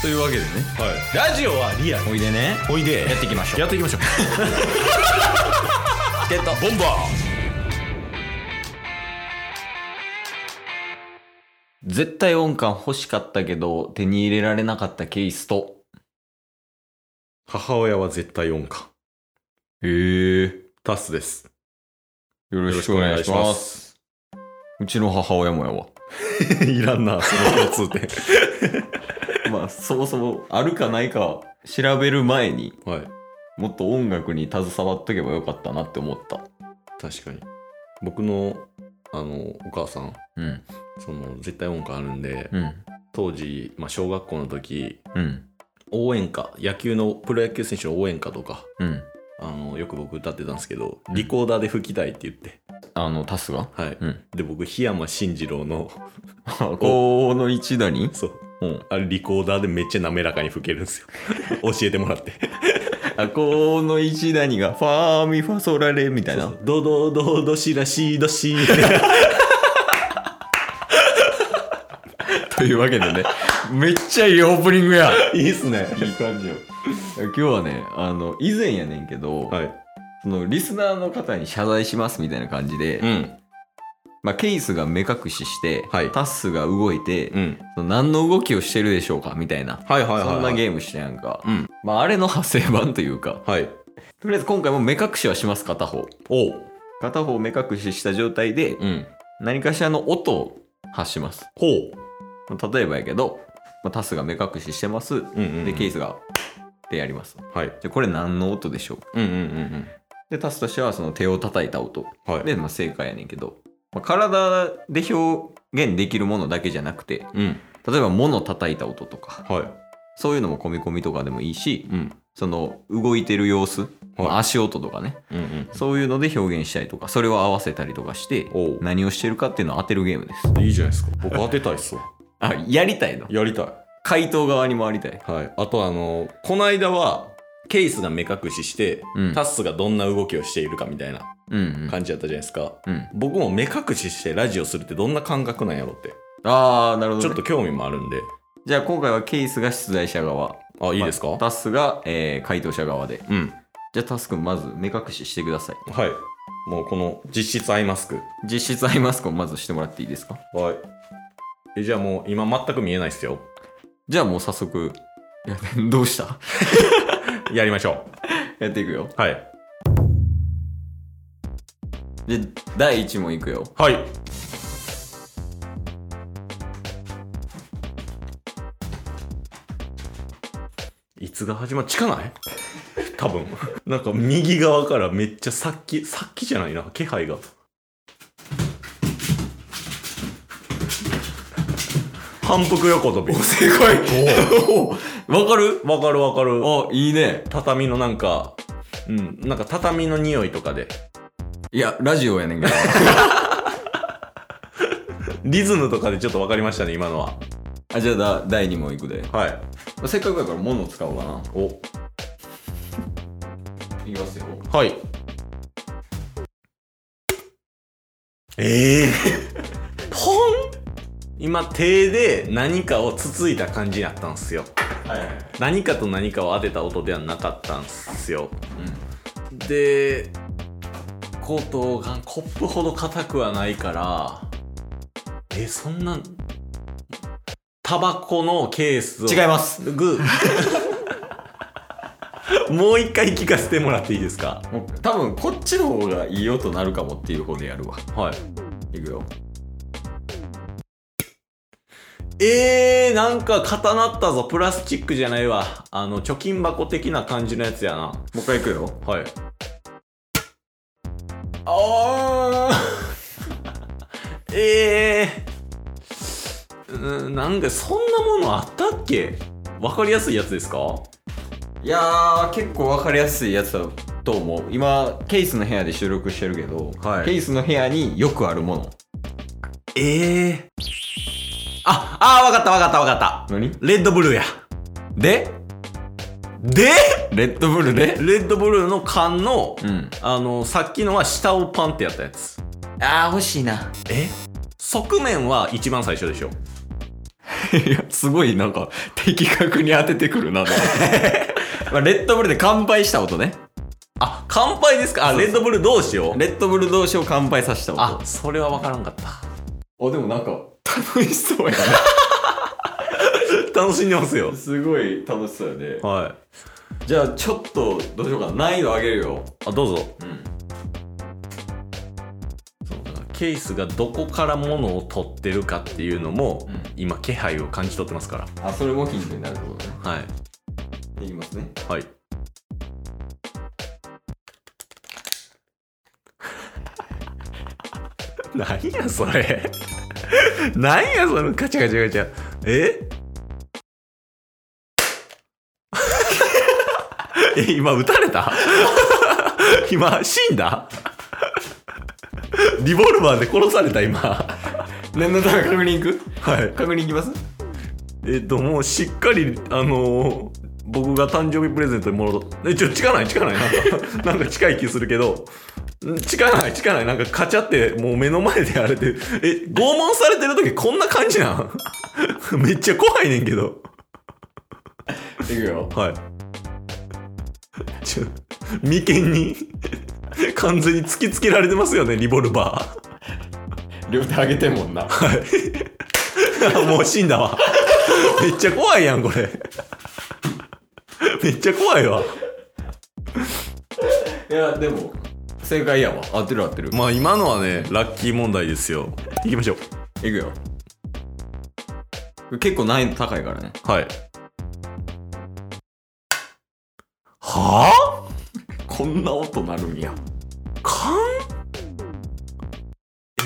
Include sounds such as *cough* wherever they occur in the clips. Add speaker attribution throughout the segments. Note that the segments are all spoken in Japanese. Speaker 1: というわけでね
Speaker 2: はい、ラジオはリアル
Speaker 1: おいでね
Speaker 2: おいで
Speaker 1: やっていきましょう
Speaker 2: やっていきましょう
Speaker 1: ゲット
Speaker 2: ボンバ
Speaker 1: 絶対音感欲しかったけど手に入れられなかったケースと
Speaker 2: ー母親は絶対音感
Speaker 1: へえよ
Speaker 2: タスです
Speaker 1: ろしくお願いし
Speaker 2: よろしくお願いし
Speaker 1: ま
Speaker 2: ます
Speaker 1: うちの母親もやわ
Speaker 2: いらんなその共通点
Speaker 1: まあそもそもあるかないか調べる前に
Speaker 2: *laughs* はい
Speaker 1: もっと音楽に携わっとけばよかったなって思った
Speaker 2: 確かに僕のあのお母さん
Speaker 1: うん
Speaker 2: その絶対音感あるんで、
Speaker 1: うん
Speaker 2: 当時、まあ、小学校の時
Speaker 1: うん
Speaker 2: 応援歌野球のプロ野球選手の応援歌とか
Speaker 1: うん
Speaker 2: あのよく僕歌ってたんですけど、
Speaker 1: うん
Speaker 2: リコーダーで吹きたいって言って
Speaker 1: あのタスが
Speaker 2: はい、
Speaker 1: *laughs* うん
Speaker 2: で僕檜山進次郎の
Speaker 1: この一打に
Speaker 2: そう
Speaker 1: うん
Speaker 2: あれリコーダーでめっちゃ滑らかに吹けるんですよ教えてもらって
Speaker 1: あこの一打にがファーミファソラレみたいな
Speaker 2: そうそうドドドドシラシド *laughs* シ
Speaker 1: というわけでねめっちゃいいオープニングや
Speaker 2: いいっすね
Speaker 1: いい感じよ。今日はね、あの、以前やねんけど、
Speaker 2: はい
Speaker 1: その、リスナーの方に謝罪しますみたいな感じで、
Speaker 2: うん
Speaker 1: まあ、ケイスが目隠しして、
Speaker 2: はい
Speaker 1: タッスが動いて、
Speaker 2: うん
Speaker 1: その何の動きをしてるでしょうかみたいな。
Speaker 2: はいはいはい、はい、
Speaker 1: そんなゲームしてやんか。
Speaker 2: うん
Speaker 1: まあ、あれの派生版というか、
Speaker 2: はい
Speaker 1: とりあえず今回も目隠しはします、片方。
Speaker 2: おう
Speaker 1: 片方目隠しした状態で、
Speaker 2: うん
Speaker 1: 何かしらの音を発します。
Speaker 2: ほう
Speaker 1: 例えばやけど、まあ、タスが目隠ししてます。
Speaker 2: うんうんうん
Speaker 1: で、ケイスが、ってやります。
Speaker 2: はい
Speaker 1: じゃあこれ何の音でしょうか
Speaker 2: うんうんうん
Speaker 1: で、タスとしてはその手を叩いた音。
Speaker 2: うんはい
Speaker 1: で、まあ、正解やねんけど、まあ、体で表現できるものだけじゃなくて、
Speaker 2: うん
Speaker 1: 例えば物叩いた音とか、
Speaker 2: は
Speaker 1: そういうのも込み込みとかでもいいし
Speaker 2: い、うん
Speaker 1: その動いてる様子、まあ足音とかね、
Speaker 2: うんうん
Speaker 1: そういうので表現したりとか、それを合わせたりとかして
Speaker 2: おう、
Speaker 1: 何をしてるかっていうのを当てるゲームです。
Speaker 2: いいじゃないですか
Speaker 1: *laughs*
Speaker 2: 僕当てたいっすわ
Speaker 1: あ、やりたいの
Speaker 2: やりたい
Speaker 1: 回答側に回りたい。
Speaker 2: はいあとあのこの間はケースが目隠しして、
Speaker 1: うん
Speaker 2: タッスがどんな動きをしているかみたいな
Speaker 1: うん、うん。
Speaker 2: 感じだったじゃないですか、
Speaker 1: うん、
Speaker 2: 僕も目隠ししてラジオするってどんな感覚なんやろって
Speaker 1: ああ、なるほど、
Speaker 2: ち
Speaker 1: ね。
Speaker 2: ょっと興味もあるんで
Speaker 1: じゃあ今回はケイスが出題者側。
Speaker 2: あいいですか、
Speaker 1: まあタスが、えー回答者側で。
Speaker 2: うん
Speaker 1: じゃあタスくんまず目隠ししてください。
Speaker 2: はいもうこの実質アイマスク
Speaker 1: 実質アイマスクをまずしてもらっていいですか
Speaker 2: はいえじゃあもう今全く見えないっすよ
Speaker 1: じゃあもう早速、いやどうした *laughs*
Speaker 2: やりましょ
Speaker 1: やっていくよ。
Speaker 2: うはい
Speaker 1: で、第1問いくよ。
Speaker 2: はいいつが始まっ近ない多分なんか右側からめっちゃさっきさっきじゃないな気配が反復横跳び
Speaker 1: 正解わかる
Speaker 2: わかるわかる
Speaker 1: あ、いいね。
Speaker 2: 畳のなんかうんなんか畳の匂いとかで
Speaker 1: いや、ラジオやねんけど。
Speaker 2: リズムとかでちょっとわかりましたね今のは
Speaker 1: あ、じゃあだ第2問いくで。
Speaker 2: はい
Speaker 1: せっかくだから物を使おうかな。
Speaker 2: お
Speaker 1: いきますよ。
Speaker 2: はい。ええ *laughs* ポン今手で何かをつついた感じやったんすよ。
Speaker 1: はいはい。
Speaker 2: 何かと何かを当てた音ではなかったんすよ。で、コートがコップほど硬くはないから、え、そんな、タバコのケースを。
Speaker 1: 違います。
Speaker 2: グー。 *laughs* もう一回聞かせてもらっていいですか
Speaker 1: もう多分こっちの方がいい音なるかもっていう方でやるわ。
Speaker 2: はい。
Speaker 1: いくよ。
Speaker 2: えー、なんか固なったぞ。プラスチックじゃないわ。あの、貯金箱的な感じのやつやな。
Speaker 1: もう一回いくよ。
Speaker 2: はい。
Speaker 1: あ
Speaker 2: *laughs* えー、うーん、なんかそんなものあったっけわかりやすいやつですか
Speaker 1: いやー結構分かりやすいやつだと思う今ケースの部屋で収録してるけど、
Speaker 2: はい
Speaker 1: ケースの部屋によくあるもの
Speaker 2: えー。あ、あー、わかったわかったわかった。
Speaker 1: 何
Speaker 2: レッドブルーや。
Speaker 1: で
Speaker 2: で
Speaker 1: レッドブルで
Speaker 2: レッドブルーの缶の、
Speaker 1: うん
Speaker 2: あの、さっきのは下をパンってやったやつ。
Speaker 1: *laughs* あー欲しいな
Speaker 2: え側面は一番最初でしょ
Speaker 1: いやすごいなんか的確に当ててく *laughs* るなと思ってまあレッドブルで乾杯した音ね
Speaker 2: あ乾杯ですかあ
Speaker 1: そうそう
Speaker 2: レッドブルどうしよう
Speaker 1: レッドブル同士を乾杯させた音
Speaker 2: あそれは分からんかった
Speaker 1: あでもなんか楽しそうやね
Speaker 2: *laughs* 楽しんでますよ
Speaker 1: *laughs* すごい楽しそうやね
Speaker 2: は
Speaker 1: じゃあちょっとどうしようかな難易度上げるよ
Speaker 2: いあどうぞ
Speaker 1: うん
Speaker 2: そうだからケースがどこから物を取ってるかっていうのも、
Speaker 1: うん
Speaker 2: 今気配を感じ取ってますから
Speaker 1: あそれもヒントになるってことね
Speaker 2: はい
Speaker 1: いきますね
Speaker 2: はい *laughs* 何やそれ *laughs* 何やそのガチャガチャガチャえ *laughs* え今撃たれた *laughs* 今死んだ *laughs* リボルバーで殺された今 *laughs* は
Speaker 1: 念のため確認いく
Speaker 2: い
Speaker 1: 確認いきます
Speaker 2: えっともうしっかりあのー僕が誕生日プレゼントにもらったえちょ近ない近ないなんか *laughs* なんか近い気するけどん近ない近ないなんかカチャってもう目の前であれでえ拷問されてる時こんな感じなん *laughs* めっちゃ怖いねんけど
Speaker 1: いくよ
Speaker 2: はいちょ眉間に *laughs* 完全に突きつけられてますよねリボルバ
Speaker 1: 両手上げてんもんな
Speaker 2: ーはい *laughs* もう死んだわめっちゃ怖いやんこれ *laughs* めっちゃ怖いわ
Speaker 1: いやでも正解やわ合ってる合ってる
Speaker 2: まあ今のはねラッキー問題ですよ行きましょう
Speaker 1: いくよ結構難易度高いからね
Speaker 2: はいはあ
Speaker 1: こんな音なるんや
Speaker 2: かん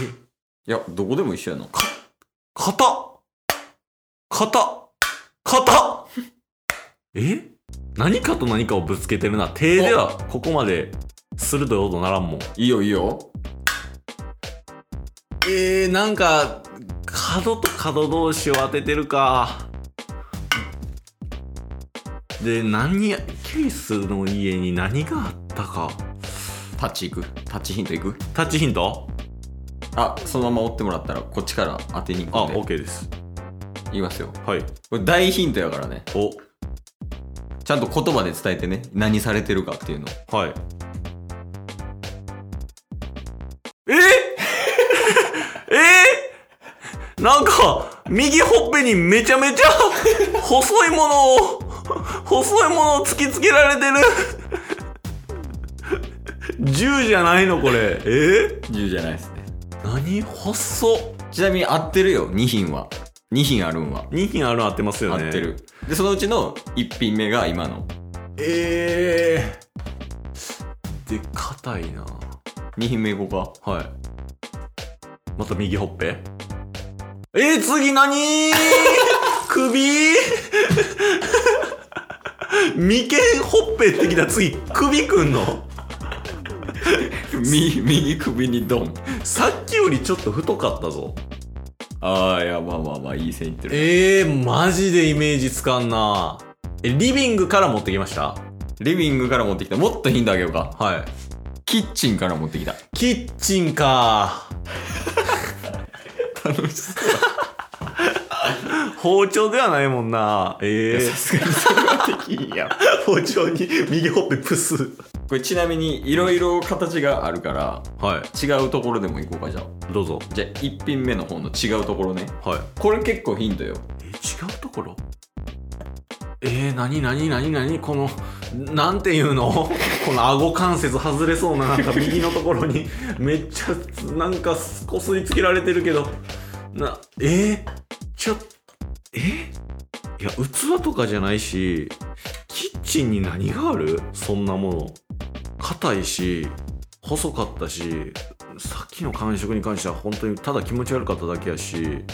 Speaker 1: いやどこでも一緒やな
Speaker 2: かたかたかた *laughs* え何かと何かをぶつけてるな手ではここまで鋭い音ならんもん
Speaker 1: いいよいいよ
Speaker 2: えー、なんか角と角同士を当ててるかで何やケースの家に何があったか
Speaker 1: タッチいくタッチヒントいく
Speaker 2: タッチヒント
Speaker 1: あそのまま追ってもらったらこっちから当てに
Speaker 2: あ、
Speaker 1: 行くん
Speaker 2: オッ
Speaker 1: で
Speaker 2: ケーです。
Speaker 1: 言いますよ
Speaker 2: はい。
Speaker 1: これ大ヒントやからね
Speaker 2: お、
Speaker 1: ちゃんと言葉で伝えてね何されてるかっていうの
Speaker 2: はい。え *laughs* えなんか、右ほっぺにめちゃめちゃ *laughs* 細いものを、細いものを突きつけられてる。銃じゃないのこれ。え
Speaker 1: 10じゃないですね
Speaker 2: 何細っ。
Speaker 1: ちなみに合ってるよ2品は2品あるんは
Speaker 2: 2品あるの合ってますよね。
Speaker 1: 合ってるでそのうちの1品目が今の
Speaker 2: ええで、硬いな。
Speaker 1: 2品目いこうか
Speaker 2: はい。また右ほっぺえー、次 *laughs* 何首 *laughs* 眉間ほっぺってきた次首くんの
Speaker 1: 右 *laughs* 右首にドン
Speaker 2: さっきよりちょっと太かったぞ
Speaker 1: ああいやまあまあまあいい線いってる
Speaker 2: えー、マジでイメージつかんなえリビングから持ってきました
Speaker 1: リビングから持ってきたもっとヒントあげようか
Speaker 2: はい
Speaker 1: キッチンから持ってきた
Speaker 2: キッチンか
Speaker 1: 楽しそ
Speaker 2: 包丁ではないもんなえ
Speaker 1: さすがにそれはできんやん
Speaker 2: ー、包丁に右ほっぺプス
Speaker 1: これちなみにいろいろ形があるから
Speaker 2: は
Speaker 1: 違うところでもいこうかじゃあ
Speaker 2: いどうぞ
Speaker 1: じゃあ1品目の方の違うところね
Speaker 2: はい
Speaker 1: これ結構ヒントよ
Speaker 2: え違うところえー、なになになになにこのなんていうの *laughs* この顎関節外れそうななんか右のところに *laughs* めっちゃなんかこすりつけられてるけどなえー、ちょえいや器とかじゃないしキッチンに何があるそんなもの硬いし細かったしさっきの感触に関しては本当にただ気持ち悪かっただけやし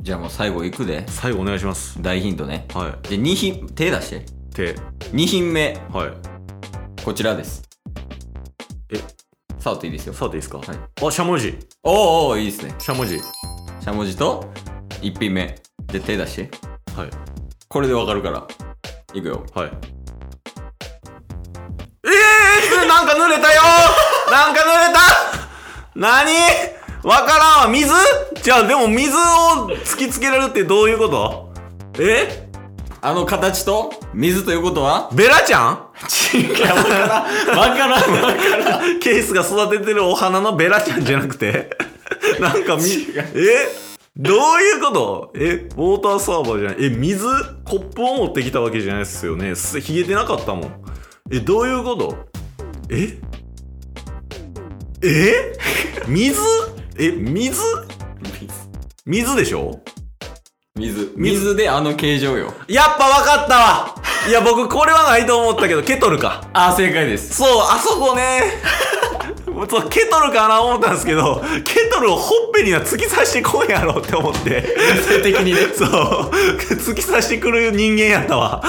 Speaker 1: じゃあもう最後いくで
Speaker 2: 最後お願いします
Speaker 1: 大ヒントね
Speaker 2: はい
Speaker 1: で2品手出して
Speaker 2: 手
Speaker 1: 2品目
Speaker 2: はい
Speaker 1: こちらです
Speaker 2: え
Speaker 1: 触っていいですよ
Speaker 2: さていいですかはいあしゃもじ
Speaker 1: おーおーいいですね
Speaker 2: しゃもじ
Speaker 1: しゃもじと1品目で手出して
Speaker 2: はい
Speaker 1: これでわかるからいくよ
Speaker 2: はいええー、なんか *laughs* 濡れたよなんか濡れた何わからんわ水じゃあでも水を突きつけられるってどういうことえ
Speaker 1: あの形と水ということは
Speaker 2: ベラちゃん
Speaker 1: 違うわからんわからんわから
Speaker 2: *laughs*
Speaker 1: ん
Speaker 2: ケースが育ててるお花のベラちゃんじゃなくてなんかみ
Speaker 1: 違
Speaker 2: えどういうことえウォーターサーバーじゃないえ水コップを持ってきたわけじゃないですよねす冷えてなかったもんえどういうことええ水え水水でしょ
Speaker 1: 水水であの形状よ
Speaker 2: やっぱ分かったわいや僕これはないと思ったけどケトルか
Speaker 1: あ正解です
Speaker 2: そう、あそこね。そうケトルかな思ったんですけどケトルをほっぺには突き刺してこんやろって思って
Speaker 1: 性的にね
Speaker 2: そう突き刺してくる人間やったわ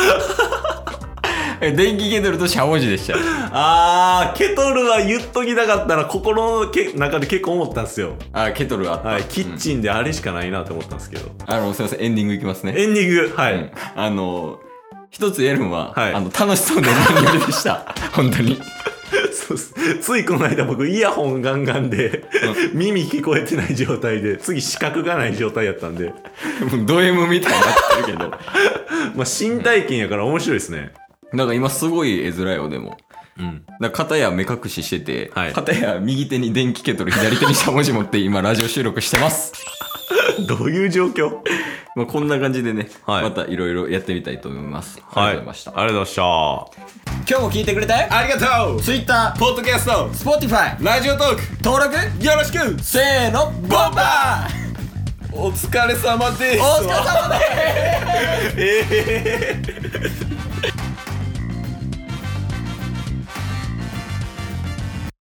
Speaker 1: 電気ケトルとしゃもじでした
Speaker 2: あーケトルは言っときたかったら心のけ中で結構思ったんですよ
Speaker 1: あケトルあった、
Speaker 2: はいキッチンであれしかないなって思ったんですけど、
Speaker 1: あのすいませんエンディングいきますね
Speaker 2: エンディングはい、
Speaker 1: うんあの一つ言えるのは、
Speaker 2: はい
Speaker 1: あの楽しそうなエンディングでした本当に
Speaker 2: そうっすついこの間僕イヤホンガンガンで、耳聞こえてない状態で次視覚がない状態やったんで
Speaker 1: もうド M みたいになってるけど
Speaker 2: *laughs* まあ新体験やから面白いですね
Speaker 1: なんか今すごい絵面よでも
Speaker 2: うん
Speaker 1: だから片や目隠ししてて、
Speaker 2: はい
Speaker 1: 片や右手に電気ケトル左手にしゃもじ持って今ラジオ収録してます
Speaker 2: どういう状況
Speaker 1: まあ、こんな感じでね、
Speaker 2: はい
Speaker 1: またいろいろやってみたいと思います。ありがとうございました。
Speaker 2: ありがとうございました。
Speaker 1: 今日も聞いてくれてありがとう !Twitter、
Speaker 3: ポッドキャスト
Speaker 1: Spotify、
Speaker 3: ラジオトーク
Speaker 1: 登録
Speaker 3: よろしく
Speaker 1: せーの、ボンバ
Speaker 3: *laughs*
Speaker 1: ー
Speaker 3: お疲れ様です
Speaker 1: お疲れ様です
Speaker 3: え